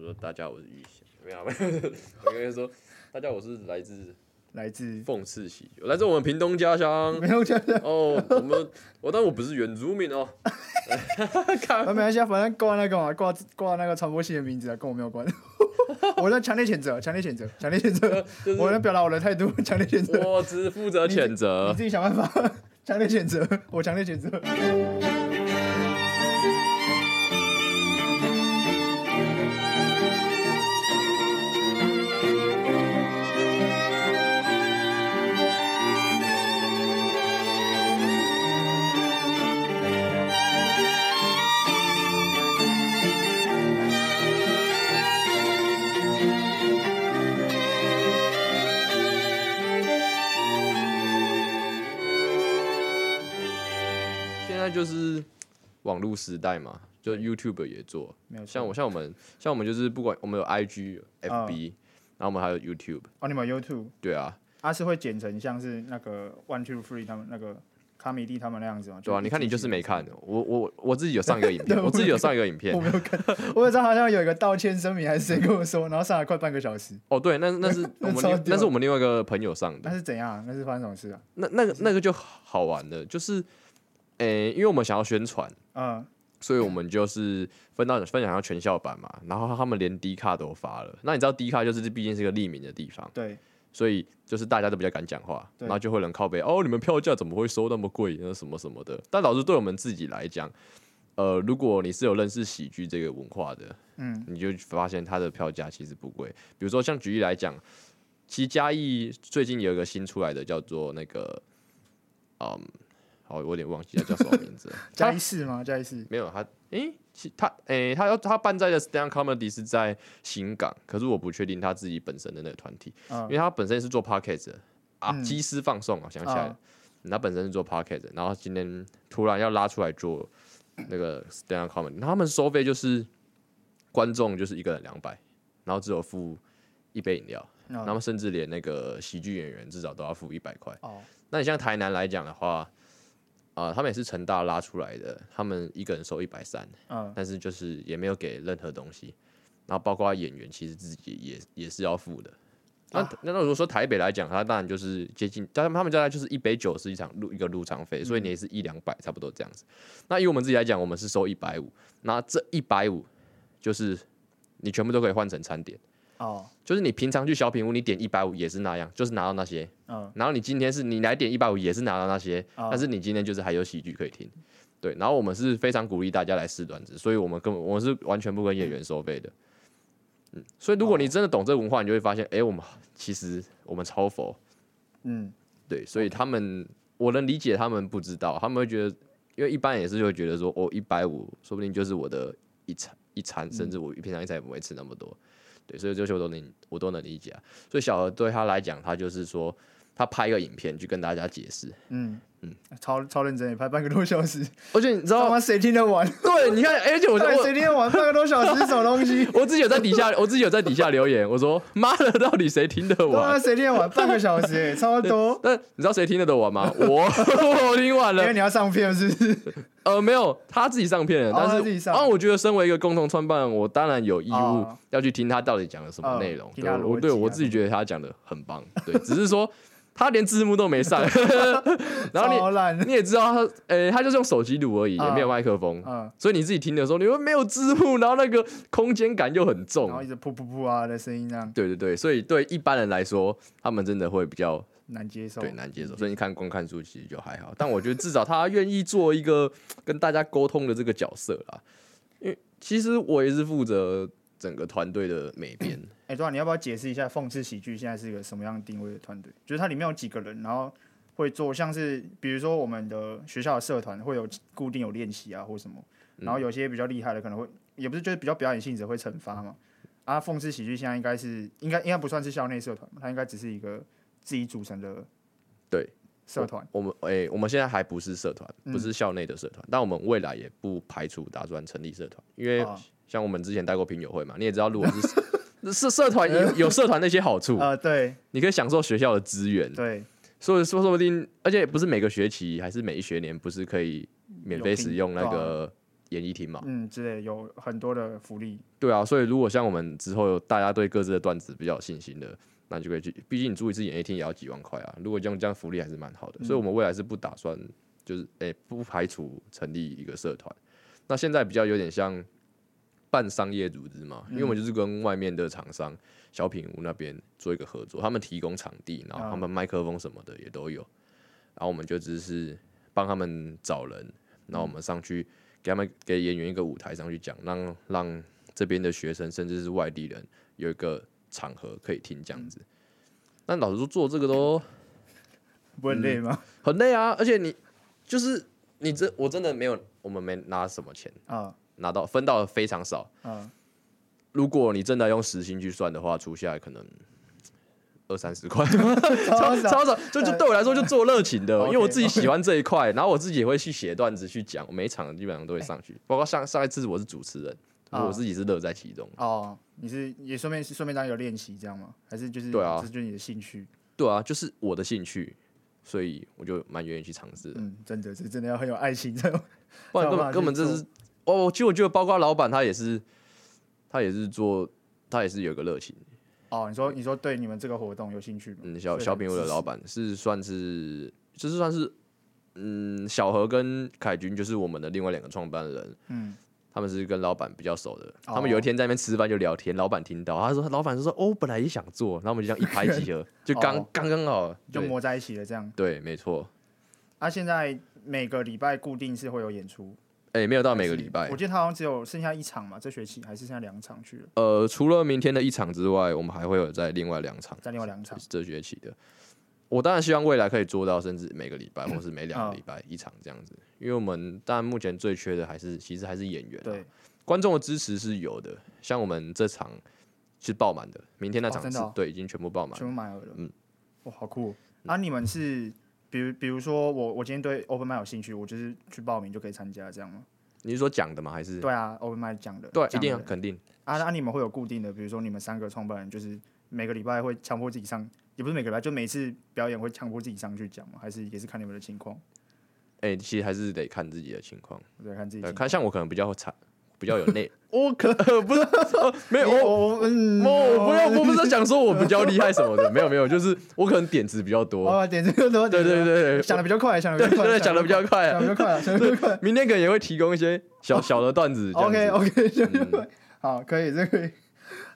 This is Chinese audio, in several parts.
说大家我是玉贤，没有没有， 我跟你说大家我是来自来自讽刺喜剧，我来自我们屏东家乡没有觉得，哦，我们我但我不是原住民哦，啊没关系啊，反正挂那个嘛，挂挂那个传播系的名字啊，跟我没有关。 我在强烈谴责，强烈谴责，强烈谴责， 就是我在表达我的态度， 强烈谴责。我只负责谴责 你自。己想办法，强烈谴责，我强烈谴责。现在就是网络时代嘛，就 YouTube 也做，没有错像我像我们像我们就是不管我们有 IG、FB，然后我们还有 YouTube，哦，你们有 YouTube，对啊，阿、啊、是会剪成像是那个 One Two Three 他们那个卡米蒂他们那样子吗？对啊，一你看你进就去是没看，我我我自己有上一个 影片，对我自己有上一个影片我，没有看，我有知道好像有一个道歉声明还是谁跟我说，然后上了快半个小 时，哦对，那那是 我那们超另屌那是我们另外一个朋友上的那，是怎样啊？那是发生什么事啊？那那个那个就好玩了，就是，诶、因为我们想要宣传，嗯，所以我们就是分到分享到全校版嘛，然后他们连 D 卡都发了。那你知道 D 卡就是毕竟是个匿名的地方，对，所以就是大家都比较敢讲话，对然后就会有人靠背哦，你们票价怎么会收那么贵，那什么什么的。但老师对我们自己来讲，呃，如果你是有认识喜剧这个文化的，嗯，你就发现它的票价其实不贵。比如说像举例来讲，其实嘉义最近有一个新出来的叫做那个，嗯，好，我有点忘记它叫什么名字了。加它一四吗？加一四，没有他，诶、其他诶、他要他办在的 stand up comedy 是在新港，可是我不确定他自己本身的那个团体，嗯因为他本身是做 podcast 的啊，嗯机师放送啊，想起来了，嗯他本身是做 podcast，的然后今天突然要拉出来做那个 stand up comedy，他们收费就是观众就是一个人两百，然后只有付一杯饮料，嗯然后甚至连那个喜剧演员至少都要付一百块。哦，那你像台南来讲的话，啊、他们也是成大拉出来的，他们一个人收一百三，嗯，但是就是也没有给任何东西，然后包括演员其实自己也也是要付的。那、那那如果说台北来讲，他当然就是接近，但他们大概就是一杯酒是一场入一个入场费，所以你也是一两百差不多这样子。那以我们自己来讲，我们是收一百五，那这一百五就是你全部都可以换成餐点，哦，就是你平常去小品屋你点一百五也是那样，就是拿到那些，嗯，然后你今天是你来点一百五也是拿到那些，哦但是你今天就是还有喜剧可以听，对。然后我们是非常鼓励大家来试段子，所以我们根本我们是完全不跟演员收费的。嗯，所以如果你真的懂这文化，你就会发现，哎、我们其实我们超佛，嗯，对，所以他们我能理解他们不知道，他们会觉得，因为一般也是会觉得说，哦，一百五说不定就是我的一餐一嗯餐，甚至我平常一餐也不会吃那么多，对，所以这些我都能我都能理解、啊。所以小何对他来讲，他就是说他拍一个影片去跟大家解释，嗯，嗯，超超认真，也拍半个多小时，而且你知他道吗？妈谁听得完？对，你看，而且我到底我谁听得完半个多小时是什么东西？ 我自己有在底下，我自己有在底下留言，我说妈的，到底谁听得对完啊，？谁听得完半个小 时、欸？超多，但你知道谁听得懂我 吗？我我听完因了为，你要上片是不是？呃，没有，他自己上片了，哦但他是自己上啊，我觉得身为一个共同创办人，我当然有义务哦要去听他到底讲了什么哦内容。听对他我逻我对辑啊我自己觉得他讲的很棒，对，只是说 他连字幕都没 上，然后超烂你，你也知道他，呃、他就是用手机录而已，也没有哦麦克风，嗯，所以你自己听的时候，你会没有字幕，然后那个空间感又很重然。后一直噗噗噗啊的声音，这样对对对，所以对一般人来说，他们真的会比较难接受，对难接受，所以你看光看书其实就还好，但我觉得至少他愿意做一个跟大家沟通的这个角色啦。因为其实我也是负责整个团队的美编，哎、对啊，你要不要解释一下讽刺喜剧现在是一个什么样的定位的团队？就是它里面有几个人，然后会做像是比如说我们的学校的社团会有固定有练习啊或什么，然嗯后有些比较厉害的可能会也不是就是比较表演性质会惩罚嘛。啊，讽刺喜剧现在应该是应该应该不算是校内社团嘛，它应该只是一个自己组成的对社团。我们诶、我们现在还不是社团，不是校内的社团，但我们未来也不排除打算成立社团，因为哦像我们之前带过评友会嘛，你也知道，如果是是社团有有社团的一些好处，呃，对你可以享受学校的资源，对，所以说说不定，而且不是每个学期还是每一学年不是可以免费使用那个演艺厅嘛。嗯之类，有很多的福利。对啊，所以如果像我们之后有大家对各自的段子比较有信心的，那你就可以去。毕竟你租一次演艺厅也要几万块啊。如果这样这样福利还是蛮好的，所以我们未来是不打算就是诶、不排除成立一个社团。那现在比较有点像半商业组织嘛，因为我们就是跟外面的厂商小品屋那边做一个合作，他们提供场地，然后他们麦克风什么的也都有，然后我们就只是帮他们找人，然后我们上去给他们给演员一个舞台上去讲，让让这边的学生甚至是外地人有一个场合可以听这样子。但老实说，做这个都不嗯会很累吗？ 很累啊，而且你就是你这我真的没有，我们没拿什么钱， 啊拿到分到的非常少。啊，如果你真的用时薪去算的话，除下来可能二三十块，超少超少。就就对我来说，就做热情的， OK，因为我自己喜欢这一块，然后我自己也会去写段子去讲，我每一场基本上都会上去。包括上上一次我是主持人，啊我自己是乐在其中。哦，你是也顺便顺便当一个练习这样吗？还是就是对啊这就是你的兴趣？对啊，就是我的兴趣，所以我就蛮愿意去尝试的。嗯，真的是真的要 很有爱心才有不然根才有办法本去根本这是哦，我其实我觉得包括老板他也是，他也是做，他也是有个热情。哦，你说你说对你们这个活动有兴趣吗？嗯，小所以小很品屋的支持老板是算是，就是算是，嗯，小何跟凯军就是我们的另外两个创办人，嗯，他们是跟老板比较熟的。哦他们有一天在那边吃饭就聊天，老板听到，他说老板就说哦，我本来也想做，然后我们就这样一拍即 合，就刚哦刚刚好，就对磨在一起了这样。对，没错。啊，现在每个礼拜固定是会有演出，哎、没有到还每个是礼拜我，记得他好像只有剩下一场嘛，这学期还是剩下两场去了，呃，除了明天的一场之外，我们还会有在另外两场，再另外两场。这学期的。我当然希望未来可以做到，甚至每个礼拜或是每两哦个礼拜一场这样子，因为我们但目前最缺的还是其实还是演员、啊，对，观众的支持是有的，像我们这场是爆满的，明天那哦场真是、的哦对已经全部爆满全了。部买了。嗯嗯，哇，好酷哦、啊！你们是比如比如说我我今天对 Open m i 有兴趣，我就是去报名就可以参加这样吗？你是说讲的吗？还是对啊，Open m i 讲的，对一讲定要的肯定啊！那、啊、你们会有固定的，比如说你们三个创办人，就是每个礼拜会强迫自己上，也不是每个礼拜，就每次表演会强迫自己上去讲吗？还是也是看你们的情况？哎、其实还是得看自己的情况。我在看自己呃，情看像我可能比较惨，比较有 内，我可不是、呃没有况。我。哦我嗯，我不要，我不是讲说我比较厉害什么的，没 有没有，就是我可能点子比较 多，哦，点这个多，对对对对，想的比较快，想的对比较对快，对，讲的比较快想啊的。比较快，想的比较快。明天可能也会提供一些小 小的段子。这样子 OK OK，想的嗯比较快，好，可以，这可以。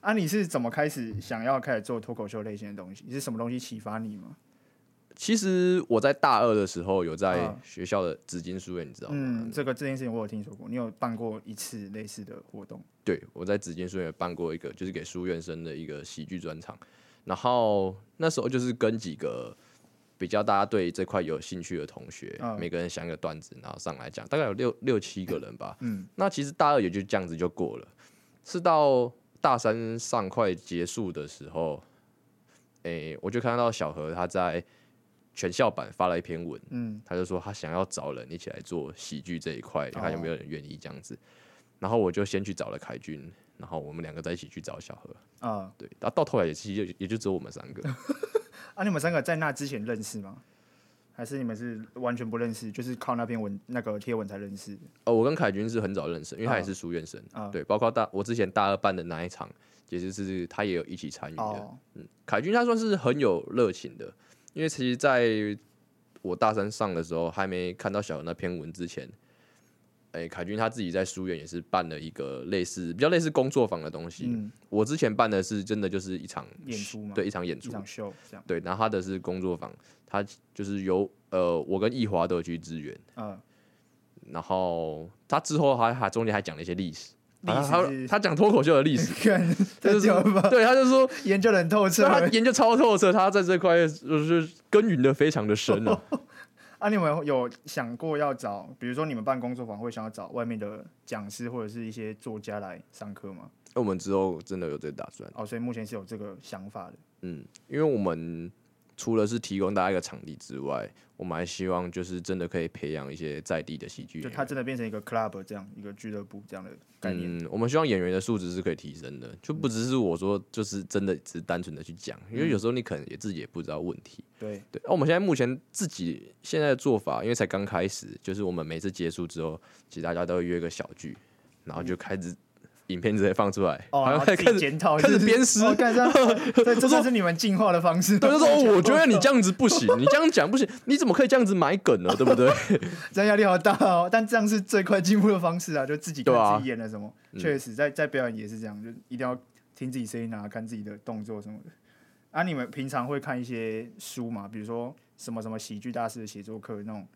啊，你是怎么开始想要开始做脱口秀类型的东西？是什么东西启发你吗？其实我在大二的时候有在嗯学校的紫金书院，你知道吗？嗯，这个这件事情我有听说过，你有办过一次类似的活动？对，我在紫金书院有办过一个，就是给书院生的一个喜剧专场。然后那时候就是跟几个比较大家对这块有兴趣的同学，嗯每个人想一个段子，然后上来讲，大概有六六七个人吧。嗯，那其实大二也就这样子就过了，是到大三上快结束的时候，诶、我就看到小何他在全校版发了一篇文，嗯，他就说他想要找人一起来做喜剧这一块，哦看有没有人愿意这样子。然后我就先去找了凯军，然后我们两个在一起去找小何，啊、对，然后到头来也其实就也就只有我们三 个，啊，你们三个在那之前认识吗？还是你们是完全不认识，就是靠那篇文那个贴文才认识的？哦，我跟凯军是很早认识，因为他也啊是书院生，啊对，包括大我之前大二办的那一场，其实是他嗯也有一起参与的。哦，凯军他算是很有热情的，因为其实在我大三上的时候，还没看到小何那篇文之前，哎、凯军他自己在书院也是办了一个类似比较类似工作坊的东西。嗯，我之前办的是真的就是一场演出吗对，一场演一出，场秀这样，对，然后他的是工作坊，他就是由呃我跟易华都有去支援，嗯，然后他之后还还中间还讲了一些历史，历啊史他是他讲脱口秀的历 史，看他这就久是吧，对他就 说研究得很透彻 对。啊他研究超透彻，他在这块就是耕耘的非常的深 啊。啊，你们有想过要找，比如说你们办工作坊会想要找外面的讲师或者是一些作家来上课吗？那我们之后真的有这个打算，哦，所以目前是有这个想法的。嗯，因为我们除了是提供大家一个场地之外，我们还希望就是真的可以培养一些在地的喜剧就演它员。真的变成一个 club 这样一个俱乐部这样的概念。嗯，我们希望演员的素质是可以提升的，就不只是我说，就是真的只是单纯的去讲，因为有时候你可能也自己也不知道问题。对，对，那、哦我们现在目前自己现在的做法，因为才刚开始，就是我们每次结束之后，其实大家都会约个小聚，然后就开始影片直接放出来，哦，然然后后开自开己始检讨，开始就是鞭尸哦 干这样这这算是你们进化的方式吗。对，就说、哦、我觉得你这样子不行，你这样讲不行，你怎么可以这样子买梗呢？对 不对？这样压力好大哦，但这样是最快进步的方式啊，就自己看对啊自己演了什么。确、实在，在表演也是这样，就一定要听自己声音啊，看自己的动作什么的。啊，你们平常会看一些书嘛？比如说什么什么喜剧大师的写作课那种，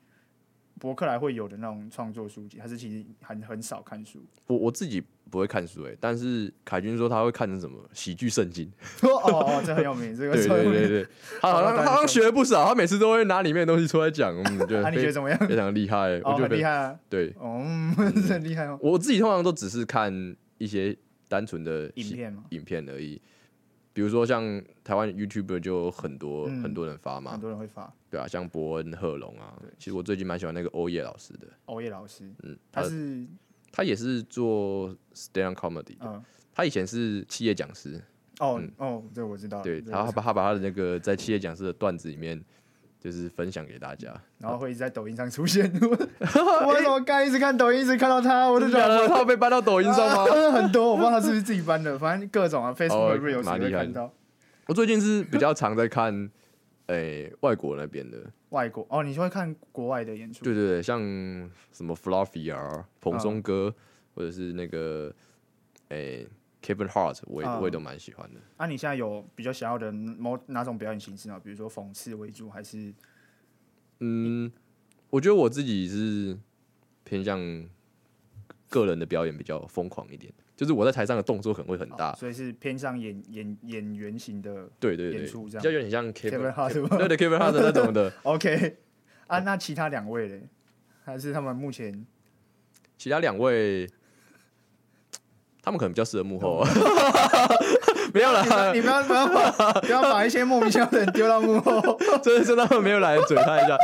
博客来会有的那种创作书籍，还是其实很很少 看书。我我自己不会看书诶、但是凯君说他会看成什么喜剧圣经，哦哦，这很有名，这个 对超对有名对对，他好像他好像学了不少，他每次都会拿里面的东西出来讲，嗯， 觉得啊，你觉得非怎么样？非常厉害欸、 我哦，觉得很非厉害啊！对哦，嗯这很厉害哦。我自己通常都只是看一些单纯的影片嘛，影片而已。比如说像台湾 YouTuber 就有很多、嗯很多人发嘛很，多人会发。对啊，像伯恩贺龙啊，其实我最近蛮喜欢那个欧叶老师的，欧耶哦老师，嗯，他他是他也是做 stand up comedy，的嗯，他以前是企业讲师，哦哦，这我知道了。对，这然后我他把他把他的那个在企业讲师的段子里面，就是分享给大家。然后会一直在抖音上出现。 我 我怎么刚一直看抖音，一直看到他，我就觉假得 的？他有被搬到抖音上吗？ 啊很多，我不知道他是不是自己搬的，反正各种啊，Facebook 哦 Reels 蛮也会厉害看到我最近是比较常在看，诶、外国那边的，外国哦，你就会看国外的演出。对对对，像什么 Fluffy 啊、蓬松哥，或者是那个诶、Kevin Hart，我也、啊我也都蛮喜欢的。啊，你现在有比较想要的某哪种表演形式呢？比如说讽刺为主，还是嗯，我觉得我自己是偏向个人的表演比较疯狂一点，就是我在台上的动作可能会很大，哦所以是偏向演演演员型的对对对，演出这比样较有点像 Kevin Kevin Hart 吗 对对 Kevin Hart 那种的。 ？OK，啊， 那其他两位嘞？还是他们 目前其他两位，他们可能比较适合幕后， 没有啦，你不要不要把不要把一些莫名其妙的人丢到幕后真的是他们没有来嘴他一下，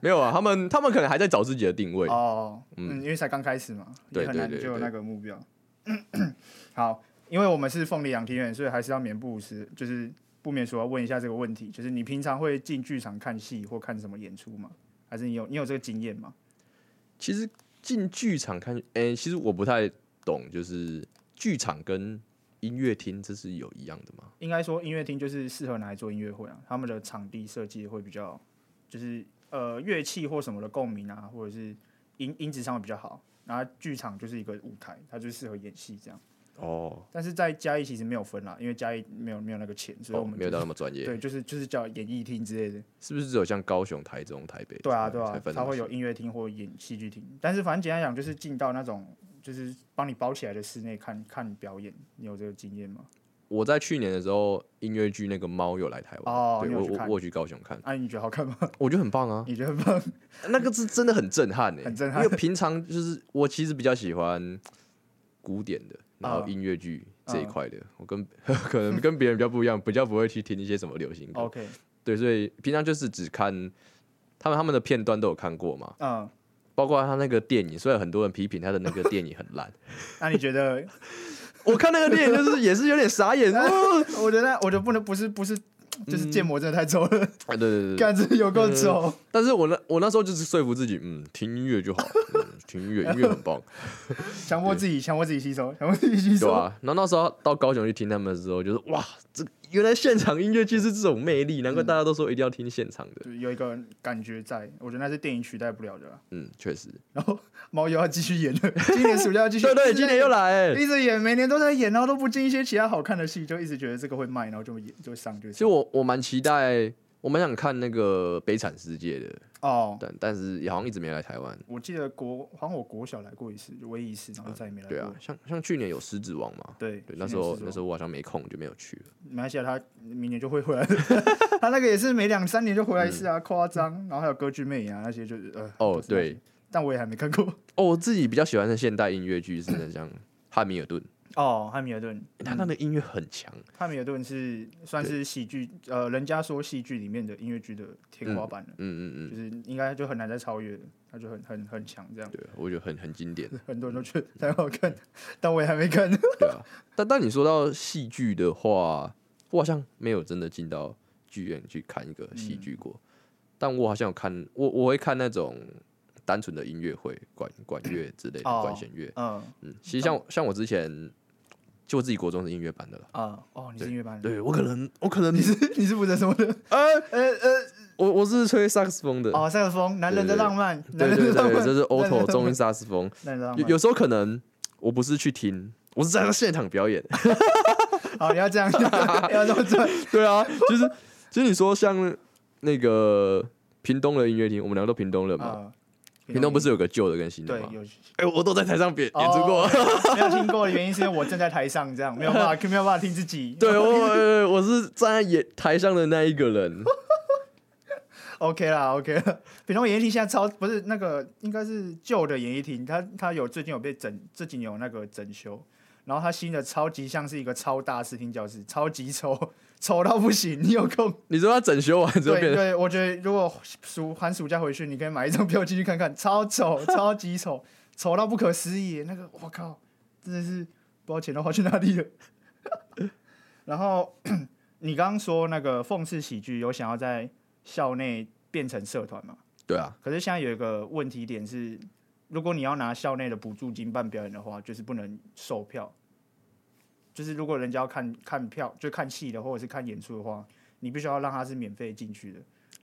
没有啊，他们他们可能还在找自己的定位。哦，嗯，因为才刚开始嘛，对也很对难对就有对那个目标。 好，因为我们是凤梨养庭院，所以还是要免不时，就是不免说要问一下这个问题，就是你平常会进剧场看戏或看什么演出吗？还是你有你有这个经验吗？其实进剧场看，诶，其实我不太懂，就是剧场跟音乐厅这是有一样的吗？应该说音乐厅就是适合拿来做音乐会啊，他们的场地设计会比较，就是呃乐器或什么的共鸣啊，或者是音音质上会比较好。然后剧场就是一个舞台，它就适合演戏这样。哦，但是在嘉义其实没有分啦，因为嘉义没有没有那个钱，所以哦，我们没有到那么专业，对，就是就是叫演艺厅之类的。是不是只有像高雄、台中、台北？对啊，对才啊分，它那么会细有音乐厅或演戏剧厅，但是反正简单讲，就是进到那种就是帮你包起来的室内看看表演，你有这个经验吗？我在去年的时候，音乐剧那个猫有来台湾，哦对你有我去我看我有去高雄看，啊，你觉得好看吗？ 我觉得很棒啊，你觉得棒？那个是真的很震撼诶、欸很震撼因为平常就是我其实比较喜欢古典的，然嗯后音乐剧这一块的，我跟 可能跟别人比较不一样，比较不会去听一些什么流行歌。 OK，对，所以平常就是只看他们他们的片段都有看过嘛，嗯，包括他那个电影，虽然很多人批评他的那个电影很烂，那你觉得？ 我看那个电影就是 也是有点傻眼。哦我觉得我觉得不能不是不是，嗯就是建模真的太丑了，对对对对，感觉有够丑。但是我那我那时候就是说服自己，嗯，听音乐就好，嗯、听音乐音乐很棒。强迫自己，强迫自己吸收，强迫自己吸对收。啊，然后那时候到高雄去听他们的时候，就是哇，这个原来现场音乐剧是这种魅力，难怪大家都说一定要听现场的。就有一个感觉在，我觉得那是电影取代不了的啊啦。嗯，确实，然后猫又要继续演了，今年暑假要继续，对对，一直今年又来、欸。一直演，每年都在演，然后都不进一些其他好看的戏，就一直觉得这个会卖，然后就演就上就其上实我我蛮期待，我蛮想看那个《悲惨世界》的，哦。但但是也好像一直没来台湾。我记得国好像我国小来过一次，就唯一一次，然后再也没来对啊过。，像像去年有《狮子王》嘛，对对，那时候那时候候我好像没空就没有去了。马来西亚啊他明年就会回来，他那个也是每两三年就回来一次啊，夸张。然后还有歌剧魅影啊那些，就是呃嗯哦，，都是那些对，但我也还没看过。哦，我自己比较喜欢的现代音乐剧是那像《汉密尔顿》哦，汉密尔顿，他那个音乐很强，汉密尔顿是算是喜剧，呃，人家说戏剧里面的音乐剧的天花板了，嗯嗯嗯，就是应该就很难再超越了，他就很很很强这样。对，我觉得很很经典。很多人都觉得很好看，但我也还没看。 对啊，但但你说到戏剧的话，我好像没有真的进到剧院去看一个戏剧过，但我好像有看，我我会看那种单纯的音乐会、管管乐之类的、哦管弦乐。嗯嗯，其实像我像我之前就我自己国中是音乐班的了，啊，哦，你是音乐班的，对我可能我可能你是你是负责什么的？我我是吹萨克斯风的，哦，萨克斯风，男人的浪漫，男对人对的浪对，漫，这是男人的 auto 浪中漫音萨克斯风，男人的浪有漫。有时候可能我不是去听，我是在那现场表演。好，哦你要这样，要这么做。 对啊，就是其实你说像那个屏东的音乐厅，我们两个都屏东人嘛，啊，屏东不是有个旧的跟新的对吗？有哎、我都在台上表演出过。哦没有听过的原因是因为我站在台上，这样没有办法，没有办法听自己。对我呃，我是站在演台上的那一个 人。 ，OK 啦，OK 啦。北通演艺厅现在超不是那个，应该是旧的演艺厅，它它有最近有被整，这几年有那个整修，然后它新的超级像是一个超大视听教室，超级丑，丑到不行。你有空？你说他整修 完之后对变成对，我觉得如果暑寒暑假回去，你可以买一张票进去看看，超丑，超级丑，丑到不可思议。那个我靠，真的是不知道钱都花去哪里了。 然后 你刚刚说那个讽刺喜剧有想要在校内变成社团嘛？对啊，可是现在有一个问题点是，如果你要拿校内的补助金办表演的话，就是不能售票。就是如果人家要看看票，就看戏的或者是看演出的话，你必须要让他是免费进去的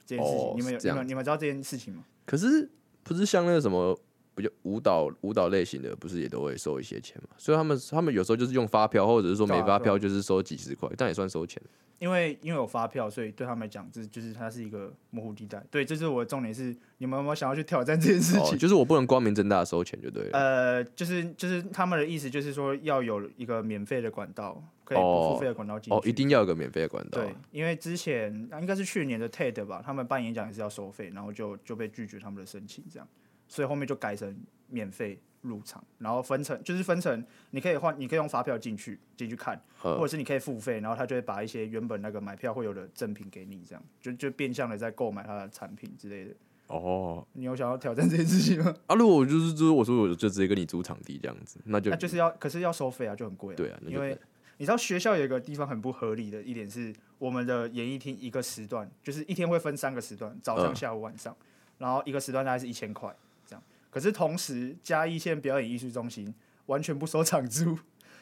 这件事情。哦你们有是这你样们你们知道这件事情吗？可是不是像那个什么比较舞蹈舞蹈类型的，不是也都会收一些钱嘛？所以他们他们有时候就是用发票，或者是说对没啊发对啊票，就是收几十块，但也算收钱。因为因为有发票，所以对他们来讲，这就是它是一个模糊地带。对，这是我的重点是，你们有没有想要去挑战这件事情？哦，就是我不能光明正大的收钱就对了。呃，就是就是他们的意思就是说要有一个免费的管道，可以不付费的管道进去。哦，一定要有个免费的管道。对，因为之前啊应该是去年的 TED 吧，他们办演讲也是要收费，然后就就被拒绝他们的申请，这样，所以后面就改成免费入场，然后分成就是分成，你可以换，你可以用发票进去进去看，嗯或者是你可以付费，然后他就会把一些原本那个买票会有的赠品给你，这样就就变相的在购买他的产品之类的。哦，你有想要挑战这件事情吗？啊，如果我就是就是我说我就直接跟你租场地这样子，那就、那、就是要，可是要收费啊，就很贵、啊。对啊那就因为你知道学校有一个地方很不合理的一点是，我们的演艺厅一个时段就是一天会分三个时段，早上、嗯下午、晚上，然后一个时段大概是一千块这样。可是同时，嘉义县表演艺术中心完全不收场租，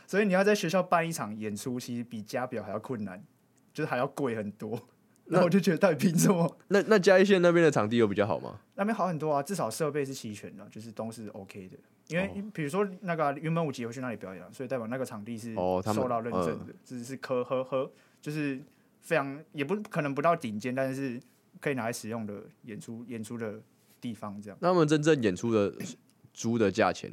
所以你要在学校办一场演出，其实比家表还要困难，就是还要贵很多。那我就觉得到底凭什么？那那嘉义县那边的场地有比较好吗？那边好很多啊，至少设备是齐全的，就是都是 OK 的。因为哦比如说那个啊云门舞集有去那里表演啊，所以代表那个场地是哦他们受到认证的，只、是科和和就是非常也不可能不到顶尖，但是可以拿来使用的演出演出的地方这样。那他们真正演出的租的价钱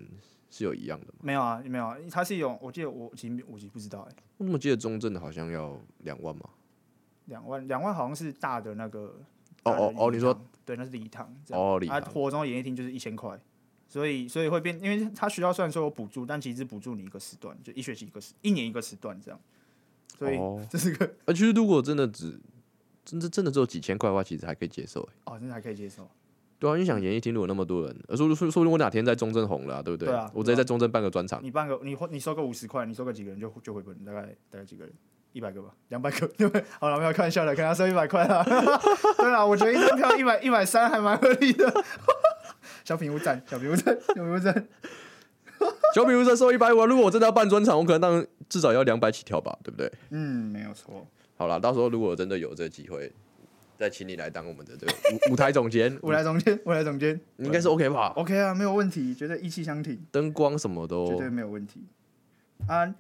是有一样的吗？没有啊，没有啊，它是有，我记得我其实我其实不知道哎、我怎么记得中正的好像要两万嘛？两万两万好像是大的那个哦大的哦哦礼你说堂对，那是礼堂这样。哦，礼啊，堂、活中演艺厅就是一千块，所以所以会变，因为他学校虽然说有补助，但其实只补助你一个时段，就一学期一个时，一年一个时段这样，所以哦 这是个啊，其实如果真的只真的真的只有几千块的话，其实还可以接受、欸。哦，真的还可以接受。对啊，你想演艺厅如果那么多人，呃说说说不定我哪天在中正红了、啊，对不对？对啊我直接在中正办个专场， 你办个你花你收个五十块，你收个几个人就就回本，大概大概几个人。一百个吧，两百个， 对不对？好了，没有开玩笑的，可能要收一百块啦。 对啦，我觉得一张票一百一百三还蛮合理的。 小品无赞，小品无赞，小品无赞。小比如说收一百五，啊如果我真的要办专场，我可能当至少要两百起跳吧，对不对？嗯，没有错。好啦，到时候如果真的有这个机会，再请你来当我们的这个舞 舞台总监，我来总监，我来总监你应该是 OK 吧？ ，OK 啊，没有问题，觉得意气相挺。灯光什么绝都对没有问题。啊，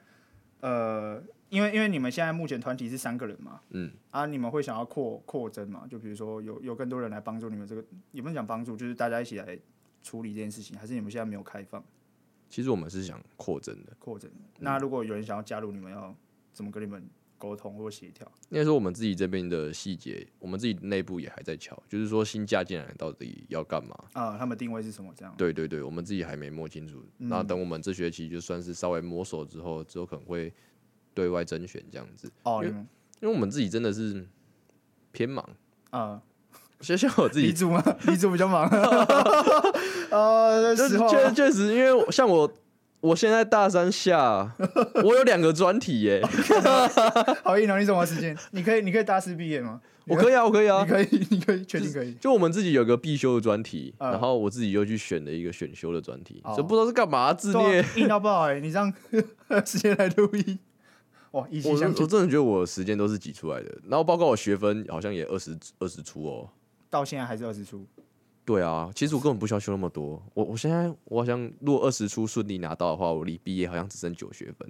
呃，因为因为你们现在目前团体是三个人嘛，嗯，啊，你们会想要扩扩增嘛？就比如说有有更多人来帮助你们这个，也不能讲帮助，就是大家一起来处理这件事情，还是你们现在没有开放其实我们是想扩增的，嗯扩增？那如果有人想要加入，你们要怎么跟你们沟通或协调。应该说我们自己这边的细节，我们自己内部也还在瞧，就是说新加进来到底要干嘛？啊、他们定位是什么？这样对对对，我们自己还没摸清楚。那等我们这学期就算是稍微摸索之后，之后可能会对外甄选这样子，哦，你们因为我们自己真的是偏忙。 啊，像像我自己李主吗？李主比较 忙， 呃，就是时候确确实，因为我像我，我现在大三下，我有两个专题耶、好硬哦，你怎么时间？你可以，你可以大四毕业吗？我可以啊，我可以啊 你。可以，你可以，确定可以。就我们自己有个必修的专题，嗯然后我自己又去选了一个选修的专题，哦这不知道是干嘛自对虐啊。硬到爆哎！你这样 时间来录音，哇，一我息是相我挺真的觉得我时间都是挤出来的，然后包括我学分好像也二十二十出哦。到现在还是二十出，对啊，其实我根本不需要修那么多。我我现在我好像如果二十出顺利拿到的话，我离毕业好像只剩九学分。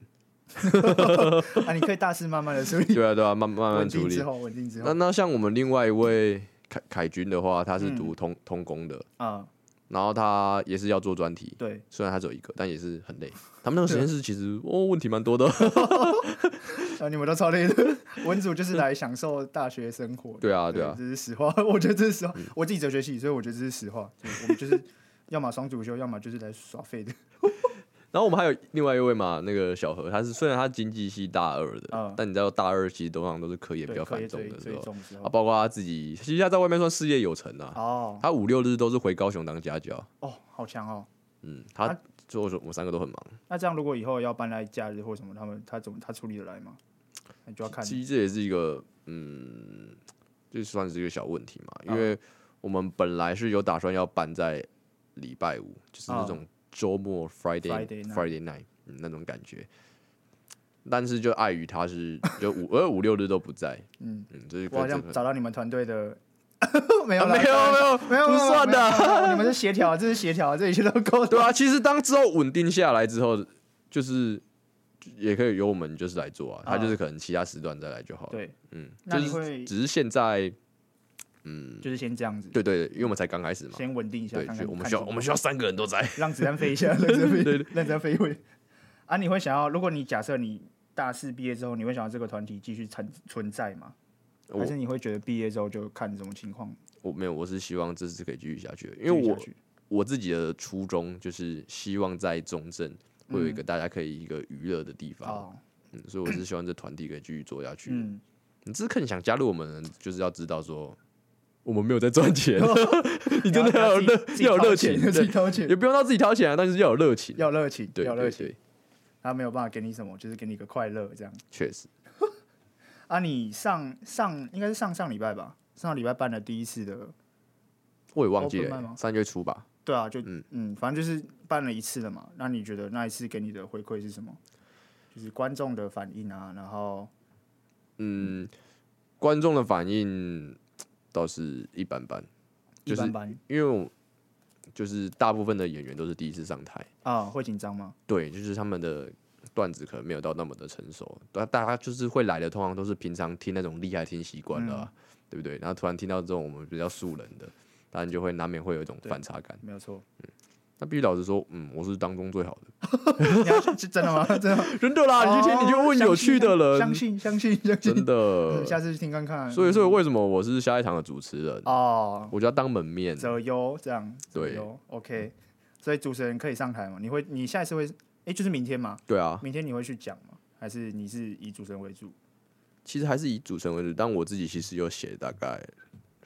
啊，你可以大四慢慢的处理，对啊对啊，慢 慢慢稳处定理之。后，稳定之那后，那像我们另外一位凯凯军的话，他是嗯读通、通工的，啊，然后他也是要做专题，对，虽然他只有一个，但也是很累。他们那个实验室其实哦问题蛮多的， 啊，你们都超累的。 文组就是来享受大学生活的，对啊对啊嗯这是实话， 我觉得这是实话。我自己哲学系，所以我觉得这是实话。就是我们就是要么双主修，要么就是来耍废的。然后我们还有另外一位嘛，那个小何，他是虽然他经济系大二的，嗯但你知道大二其实通常都是科研比对，较可繁以重最的时最候重的时啊，候。包括他自己，其实他在外面算事业有成啊，哦他五六日都是回高雄当家教，哦，好强哦！嗯，他啊所以我说我们三个都很忙，那这样如果以后要搬来假日或什么，他们他怎么他处理得来吗？那就要看其实这也是一个嗯，这算是一个小问题嘛，因嗯为我们本来是有打算要搬在礼拜五，就是那啊种周末 Friday Friday night Friday night 嗯那种感觉。但是就碍于他是就五呃五六日都不在， 嗯嗯，这是我好这像个找到你们团队的， 没有啊啦没有没有没有不没有算的啊没有没有你们是协调，这是协调，这一切都沟通 对啊，其实当之后稳定下来之后，就是也可以由我们就是来做啊，他啊就是可能其他时段再来就好了。对，嗯，那就你是会只是现在就是先这样子，对对，对因为我们才刚开始嘛，先稳定一下，对，看所以看我们看需要怎么我们需要三个人都在。 让子弹飞一下，让子弹飞，让子弹飞一会。啊，你会想要，如果你假设你大四毕业之后，你会想要这个团体继续存存在吗？我还是你会觉得毕业之后就看什么情况我没有，我是希望这次可以继续下去的，因继续为下我去？我自己的初衷就是希望在中正会有嗯一个大家可以一个娱乐的地方，哦，嗯所以我是希望这团体可以继续做下去。嗯，你只是更想加入我们的人，就是要知道说我们没有在赚钱， 你真的要要有热自己要有热自己情，掏钱自己对掏钱，也不用到自己掏钱啊，但是要有热情，要热情，对要热对情。对，他没有办法给你什么，就是给你一个快乐这样。确实，啊，你上上应该是上上礼拜吧？上礼拜办了第一次的，我也忘记 Open mic 了吗，三月初吧，对啊，就嗯嗯反正就是办了一次了嘛。那你觉得那一次给你的回馈是什么？就是观众的反应啊，然后嗯，观众的反应倒是一般般，一就是般般因为我就是大部分的演员都是第一次上台，啊，会紧张吗？对，就是他们的段子可能没有到那么的成熟，但大家就是会来的，通常都是平常听那种厉害听习惯了啊、对不对？然后突然听到这种我们比较素人的，当然就会难免会有一种反差感。没有错， 那必须老实说，嗯，我是当中最好的，你要是真的吗？ 真的 吗？真的啦，你去听你就问有趣的了，人相，信相信相信，真的嗯。下次去听看看。所以，所以为什么我是下一场的主持人？哦，我就要当门面，择优这样，择对优 OK，所以主持人可以上台吗？你会你下一次会哎，就是明天嘛？对啊，明天你会去讲吗？还是你是以主持人为主？其实还是以主持人为主，但我自己其实有写大概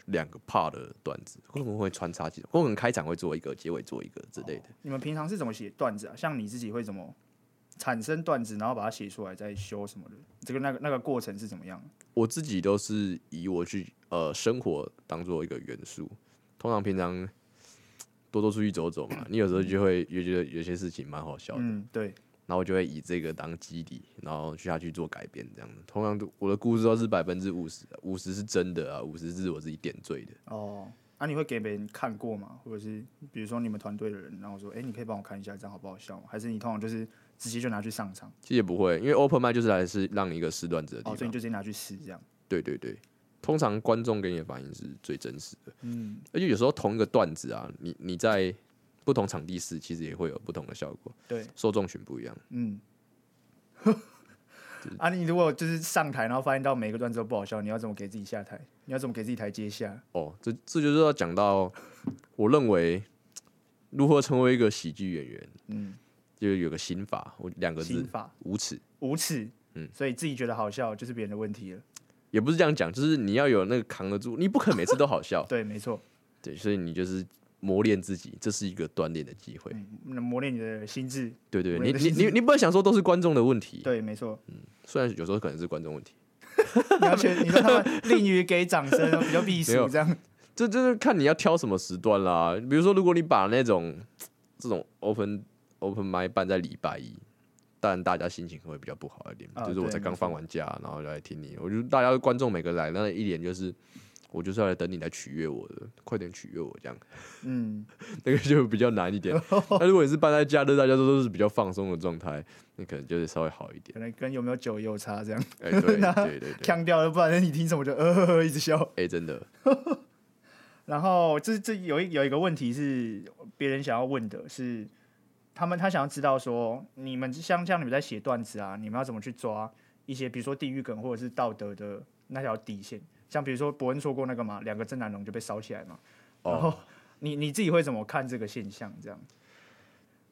两个 part 的段子，可能会穿插几种，或可能开场会做一个，结尾做一个之类的。你们平常是怎么写段子啊？像你自己会怎么产生段子，然后把它写出来再修什么的？这个那个那个过程是怎么样？我自己都是以我去呃生活当做一个元素，通常平常多多出去走走嘛，你有时候就会也觉得有些事情蛮好笑的，嗯，对，然后我就会以这个当基底，然后去下去做改变这样子。通常都我的故事都是百分之五十，五十是真的啊，五十是我自己点缀的。哦，啊，你会给别人看过吗？或者是比如说你们团队的人，然后说，哎、你可以帮我看一下，这样好不好笑吗？还是你通常就是直接就拿去上场？其实也不会，因为 open mic 就是来是让你一个试段子的地哦，方。所以你就直接拿去试这样。对对对，通常观众给你的反应是最真实的，嗯，而且有时候同一个段子啊，你你在不同场地试，其实也会有不同的效果， 对，受众群不一样。嗯，啊，你如果就是上台，然后发现到每个段子都不好笑，你要怎么给自己下台？你要怎么给自己台阶下？哦，这这就是要讲到，我认为如何成为一个喜剧演员，嗯，就有个心法，我两个心字，法无耻。无耻，嗯所以自己觉得好笑就是别人的问题了。，也不是这样讲，就是你要有那个扛得住，你不可能每次都好笑 对，没错，对，所以你就是磨练自己，这是一个锻炼的机会。嗯，那磨练你的心智，对对，磨你练你你你不能想说都是观众的问题，对，没错。虽然有时候可能是观众问题，你 要去，你说他们吝于给掌声，比较避没有暑这样。这这是看你要挑什么时段啦。比如说，如果你把那种这种 open open m i 办在礼拜一，当然大家心情会比较不好一点。啊就是我对才没刚错放完假，然后来听你，我就大家观众每个来，那一脸就是我就是要来等你来取悦我的，快点取悦我这样，嗯， 那个就比较难一 点。那如果你是办在假日，大家都都是比较放松的状态，那可能就是稍微好一点。可能跟有没有酒也有差这样，哎、 对对对对，腔调了，不然你听什么就呃呵呵一直笑。哎、真的，然后这这有一有一个问题是别人想要问的是，他们他想要知道说，你们像像你们在写段子啊，你们要怎么去抓一些比如说地狱梗或者是道德的那条底线？像比如说伯恩说过那个嘛，两个正男龙就被烧起来嘛。然后你你自己会怎么看这个现象？这样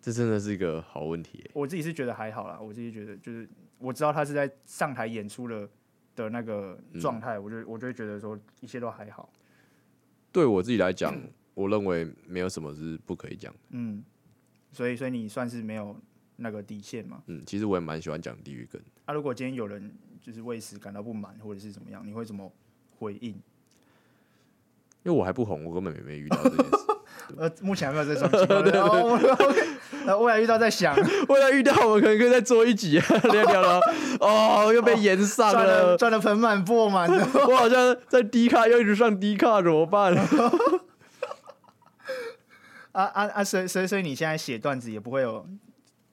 这真的是一个好问题、我自己是觉得还好啦，我自己觉得就是我知道他是在上台演出了的那个状态，我就我就会觉得说一切都还好。对我自己来讲，我认为没有什么是不可以讲的。嗯，所以所以你算是没有那个底线嘛？嗯，其实我也蛮喜欢讲地狱梗。啊，如果今天有人就是为此感到不满或者是怎么样，你会怎么回应？因为我还不红，我根本没没遇到这件事。 呃，目前还没有这种情 况。然后哦 那未来遇到再想，未来遇到， 我们可能可以再做一集啊，聊聊了。哦，又被 延上赚了了。赚了盆满钵满 的。我好像在低卡又一直上低卡，怎么办？ 啊啊啊！所以所以所以你现在写段子也不会有，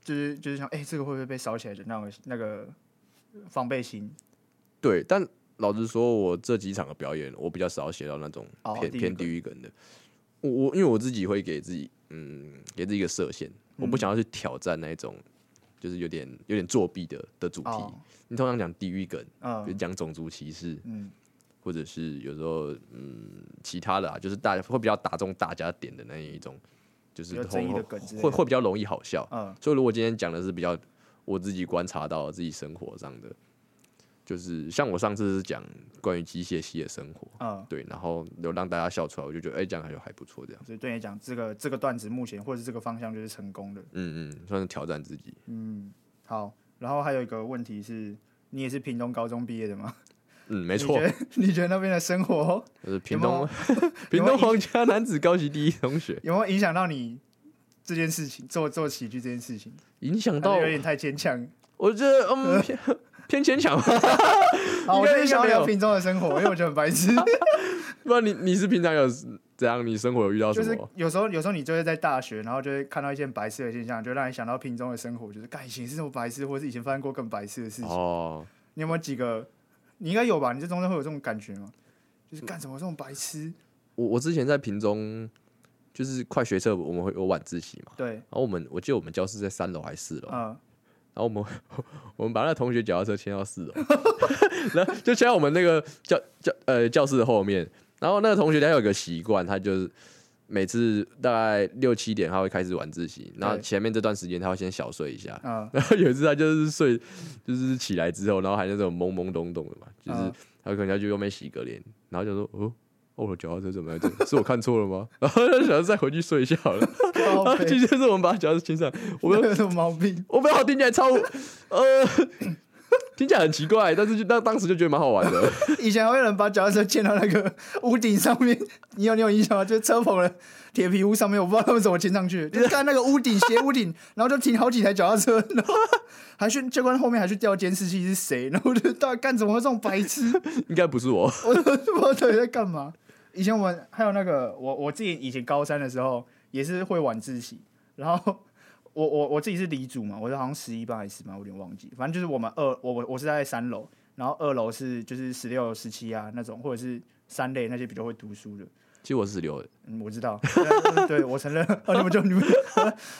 就是就是想，哎、这个会不会被烧起来的那个那个防备心？对，但老实说，我这几场的表演，我比较少写到那种哦偏、地狱偏梗地狱梗的。我我因为我自己会给自己，嗯，给自己一个设限，我不想要去挑战那种就是有点有点作弊的的主题。哦，你通常讲地狱梗，嗯、就讲种族歧视，嗯，或者是有时候嗯其他的啊，就是大家会比较打中大家点的那一种，就是有会争议的梗之类会的会比较容易好笑。嗯所以如果今天讲的是比较我自己观察到自己生活上的，就是像我上次是讲关于机械系的生活，嗯，对，然后有让大家笑出来，我就觉得哎、这样还还不错，这样，所以对你讲，这个这个段子目前或者是这个方向就是成功的。嗯嗯，算是挑战自己。嗯，好。然后还有一个问题是，你也是屏东高中毕业的吗？嗯，没你错觉，得 你觉得那边的生活就是屏有没东有 屏有没东有皇家男子高级第一同学，有没有影响到你这件事情？做做喜剧这件事情，影响还到啊是有点太 牵强。我觉得嗯偏 偏牵强吧。 好，我应该就是想要应该没有聊屏东的生活，因为我觉得很 白痴。不然你你是平常有怎样？你生活有遇到什就么？是有时候，有时候你就会在大学，然后就会看到一些很白痴的现象，就会让你想到瓶中的生活，就是干以前是这么白痴，或是以前发生过更白痴的事情。哦，你有没有几个？你应该有吧？你这中间会有这种感觉吗？就是嗯干什么这种白痴？我我之前在屏中，就是快学车，我们会有晚自习嘛。对，然后我们我记得我们教室在三楼还是四楼，嗯，然后我们 我们把那个同学脚踏车牵到四楼， 然后就牵到我们那个教教呃教室的后面。然后那个同学他有个习惯，他就是每次大概六七点他会开始晚自习，然后对前面这段时间他会先小睡一下， 嗯，然后有一次他就是睡，就是起来之后，然后还那种懵懵懂懂的嘛，就是嗯他可能要去外面洗个脸，然后就说哦。哦，我的脚踏车怎么在这？是我看错了吗？然后就想要再回去睡一下好了。然靠后 北今天是我们把脚踏车牵上，我们 有什么毛病？我不知道听起来超呃， 听起来很奇怪，但是就当当时就觉得蛮好玩的。 以前还会有人把脚踏车牵到那个屋顶上面，你有你有印象吗？就是车棚的铁皮屋上面，我不知道他们怎么牵上去，就在那个屋顶斜屋顶，然后就停好几台脚踏车，然后还去教官后面还去调监视器是谁，然后我就到底干什么这种白痴，应该不是我， 我都不知道到底在干嘛。以前我们还有那个我我自己以前高三的时候也是会晚自习，然后。我我我自己是黎组嘛，我是好像十一班还是十班，我有点忘记。反正就是我们二我我我是在三楼，然后二楼是就是十六、十七啊那种，或者是三类那些比较会读书的。其实我是留的。嗯，我知道，对对我 承认。哦，你们就你们，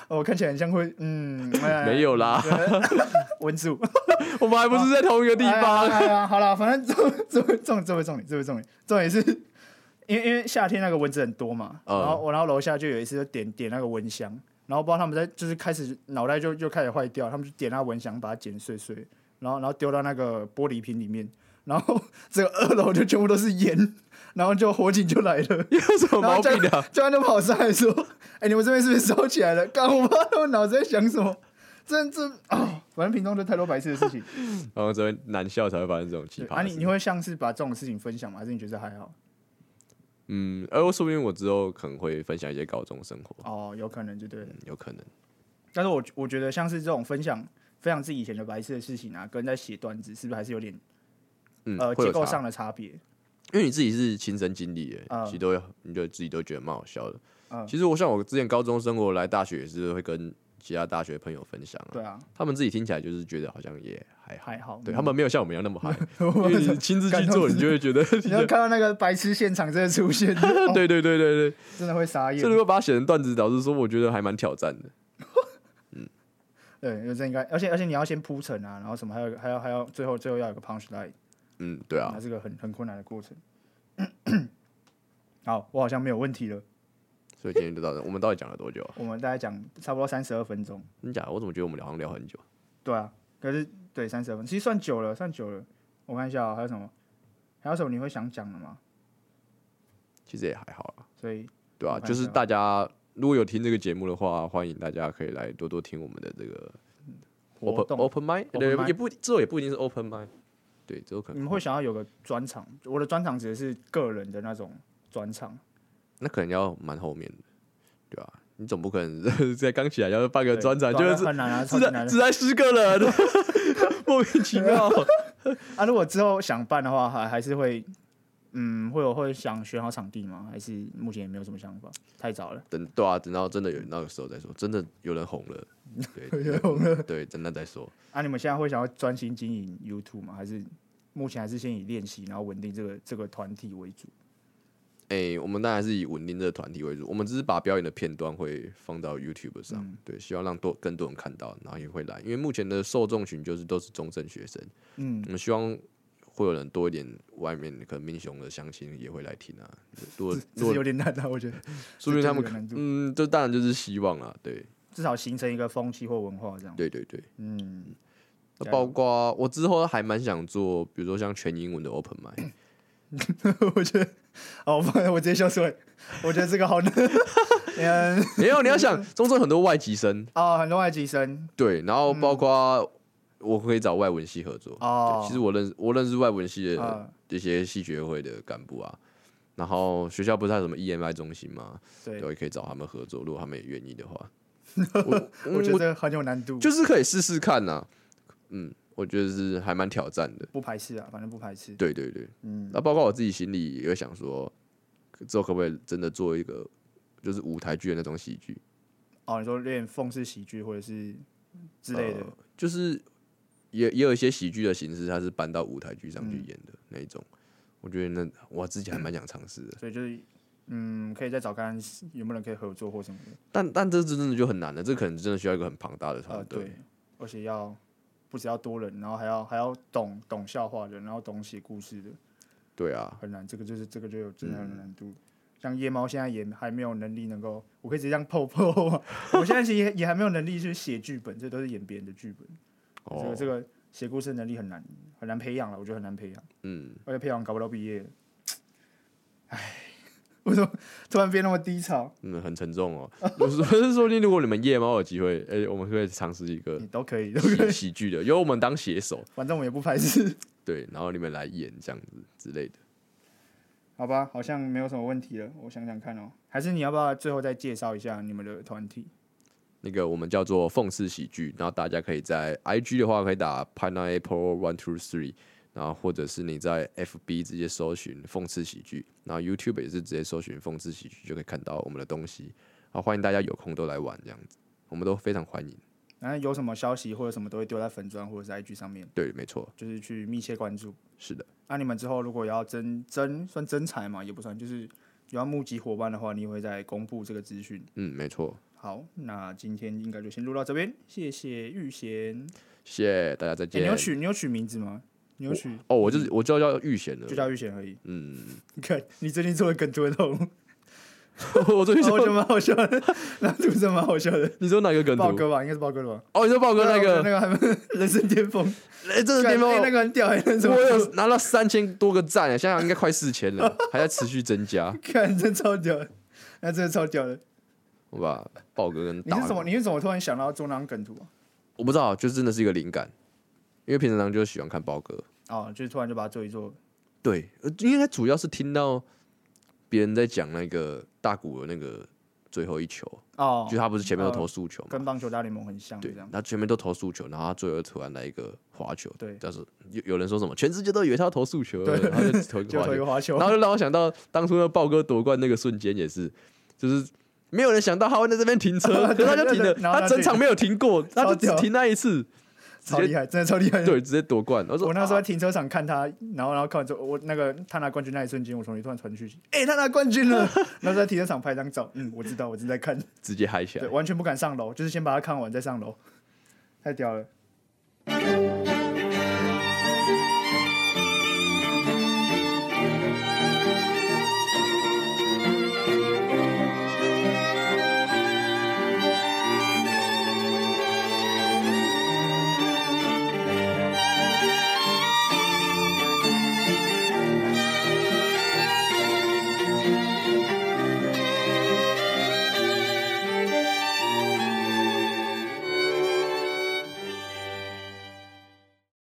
哦我看起来很像会，嗯，哎没有啦 对文组。我们还不是在同一个地哎方呀。哎呀，好了，反正这这重这位重点，这位重点，重点是因为因为夏天那个蚊子很多嘛，嗯然后我然后楼下就有一次就点点那个蚊香，然后不知道他们在就是开始脑袋就就开始坏掉，他们就点那蚊香把它剪碎碎，然后然后丢到那个玻璃瓶里面，然后这个二楼就全部都是烟，然后就火警就来了。 有什么然毛后教病官啊？ 教官就跑上来说：“哎、你们这边是不是烧起来了？”刚我不知道他们脑子在想什么，真真啊，反正屏东就太多白痴的事情。然后这边男校才会发生这种奇对葩的啊你，事你会像是把这种事情分享吗？还是你觉得还好？嗯，而我说不定我之后可能会分享一些高中生活，哦，有可能就对了。嗯有可能。但是我我觉得像是这种分享分享自己以前的白痴的事情啊，跟在写段子是不是还是有点嗯，呃会结有构差嗯上的差别？因为你自己是亲身经历的，嗯其实都会你就自己都觉得蛮好笑的。嗯其实我像我之前高中生活来大学也是会跟其他大学朋友分享、啊，对啊，他们自己听起来就是觉得好像也还好，还好。对嗯他们没有像我们一样那么嗨，因 我为你亲自去做，你就会觉得，你要看到那个白痴现场真的出现， 哦对对对对对，真的会傻眼所以。如果把它写成段子，导致说我觉得还蛮挑战的。对，有这应该，而且而且你要先铺陈啊，然后什么还有还要还要最后最后要有个 punch line，嗯，对啊那，是个很很困难的过程。 好，我好像没有问题了。所以今天就到这，我们到底讲了多久啊？我们大概讲差不多三十二分钟。真假的？我怎么觉得我们好像聊很久？对啊，可是对三十分，其实算久了，算久了。我看一下、啊还有什么，还有什么你会想讲的吗？其实也还好啊啦，所以对啊，我看一下就是大家如果有听这个节目的话，欢迎大家可以来多多听我们的这个活 open 动 open mic，对 mic，嗯也不之后也不一定是 open mic，对，之后可你能们会想要有个专场，我的专场指的是个人的那种专场，那可能要蛮后面的，对吧、你总不可能在刚起来要办个对专场，对就啊是很难啊，超只级在难只的在十个人， 莫名其妙。啊。如果之后想办的话，还还是会，嗯，会有会想选好场地吗？还是目前也没有什么想法，太早了。等对啊，等到真的有那个时候再说，真的有人红了， 对，有人红了，对，真的再说。啊，你们现在会想要专心经营 YouTube 吗？还是目前还是先以练习，然后稳定这个这个团体为主？哎、我们当然是以稳定这个团体为主，我们只是把表演的片段会放到 YouTube 上，嗯对，希望让多更多人看到，然后也会来，因为目前的受众群就是都是中正学生，嗯，我们希望会有人多一点，外面可能民雄的乡亲也会来听啊，如果这如是果有点难的、啊我觉得。说明他们这真的有难度嗯，这当然就是希望啊，对至少形成一个风气或文化这样。对对对，嗯， 那加油包括我之后还蛮想做，比如说像全英文的 Open m i 我觉得，哦，我不我直接笑出来，我觉得这个好难。嗯， 没有，你要想，中正很多外籍生，哦，很多外籍生对，然后包嗯括我可以找外文系合作。哦对，其实我认识我认识外文系啊的这些系学会的干部啊，然后学校不是还有什么 EMI 中心吗？对对，，也可以找他们合作，如果他们也愿意的话，我嗯觉得很有难度，就是可以试试看呐、嗯，我觉得是还蛮挑战的。不排斥啊，反正不排斥。对对对，嗯，那包括我自己心里也会想说，之后可不可以真的做一个就是舞台剧的那种喜剧？哦，你说练讽刺喜剧或者是之类的呃，就是也也有一些喜剧的形式，它是搬到舞台剧上去嗯演的、那一种。我觉得那我自己还蛮想尝试的，所以就是。嗯，可以再找看有没有人可以合作或什么的。但但这真的就很难了，这可能真的需要一个很庞大的啊，团队。对，而且要不只要多人，然后还要还要懂懂笑话的，然后懂写故事的，对啊，很难，这个就是这个就有真的很有难度。像夜猫现在也还没有能力能够，我可以直接这样泡泡啊。我现在其实也也还没有能力去写剧本，这都是演别人的剧本。这哦个，这个写故事能力很难很难培养了，我觉得很难培养，嗯，而且培养搞不到毕业。唉，为什么突然变那么低潮？嗯，很沉重哦。 我是说，说不定如果你们夜猫有机会，哎、我们可以尝试一个 你都可以，都可以喜喜剧的，由我们当写手，反正我也不排斥，对，然后你们来演这样子之类的。好吧？好像没有什么问题了，我想想看哦。还是你要不要最后再介绍一下你们的团体？那个我们叫做讽刺喜剧，然后大家可以在 IG 的话可以打 pineapple one two three，然后或者是你在 FB 直接搜寻讽刺喜剧，然后 YouTube 也是直接搜寻讽刺喜剧就可以看到我们的东西，好欢迎大家有空都来玩这样子，我们都非常欢迎。然后有什么消息或者什么都会丢在粉砖或者是 IG 上面，对，没错，就是去密切关注。是的，那、你们之后如果要争争算争财嘛，也不算，就是有要募集伙伴的话，你也会再公布这个资讯。嗯，没错，好，那今天应该就先录到这边，谢谢玉贤。谢谢大家，再哎、见。你有取你有取名字吗？你有取哦，我就是我就叫遇险了就，叫玉贤而已。嗯， 你看，你最近做的梗图很红，我最近我觉说得蛮好笑的，那图真的蛮好笑的。你说哪个梗豹图？哥吧，应该是豹哥的吧？哦，你说豹哥那那个，个还蛮 人生巅峰，哎，真的巅峰干哎，那个很屌哎、 那什么我有拿到三千多个赞，现在应该快四千了， 还在持续增加，看真超屌的，那真的超屌的。好吧？豹哥跟你大是怎么龙，你是怎么突然想到做那张梗图啊？我不知道，就真的是一个灵感，因为平常就喜欢看豹哥，哦，就是突然就把它做一做，对，呃应该主要是听到别人在讲那个大谷的那个最后一球，哦就，他不是前面都投速球嘛，跟棒球大联盟很像，这对，样。他前面都投速球，然后他最后突然来一个滑球，对但是有有人说什么全世界都以为他要投速球，对然后就投一个 就滑投一球，个滑球然，后就让我想到当初那豹哥夺冠那个瞬间也是，就是。没有人想到他会在这边停车，可是他就停了对对，对然后他他整停场没有停过，他就超只屌停那一次，超厉害，真的超厉害。对，直接夺冠。我说我那时候在啊停车场看他，然后然后看完之后，我那个他拿冠军那一瞬间，我手机突然传讯息，哎、他拿冠军了。 然后在停车场拍张照，嗯，我知道，我正在看，直接嗨起来对，，完全不敢上楼，就是先把它看完再上楼，太屌了。 「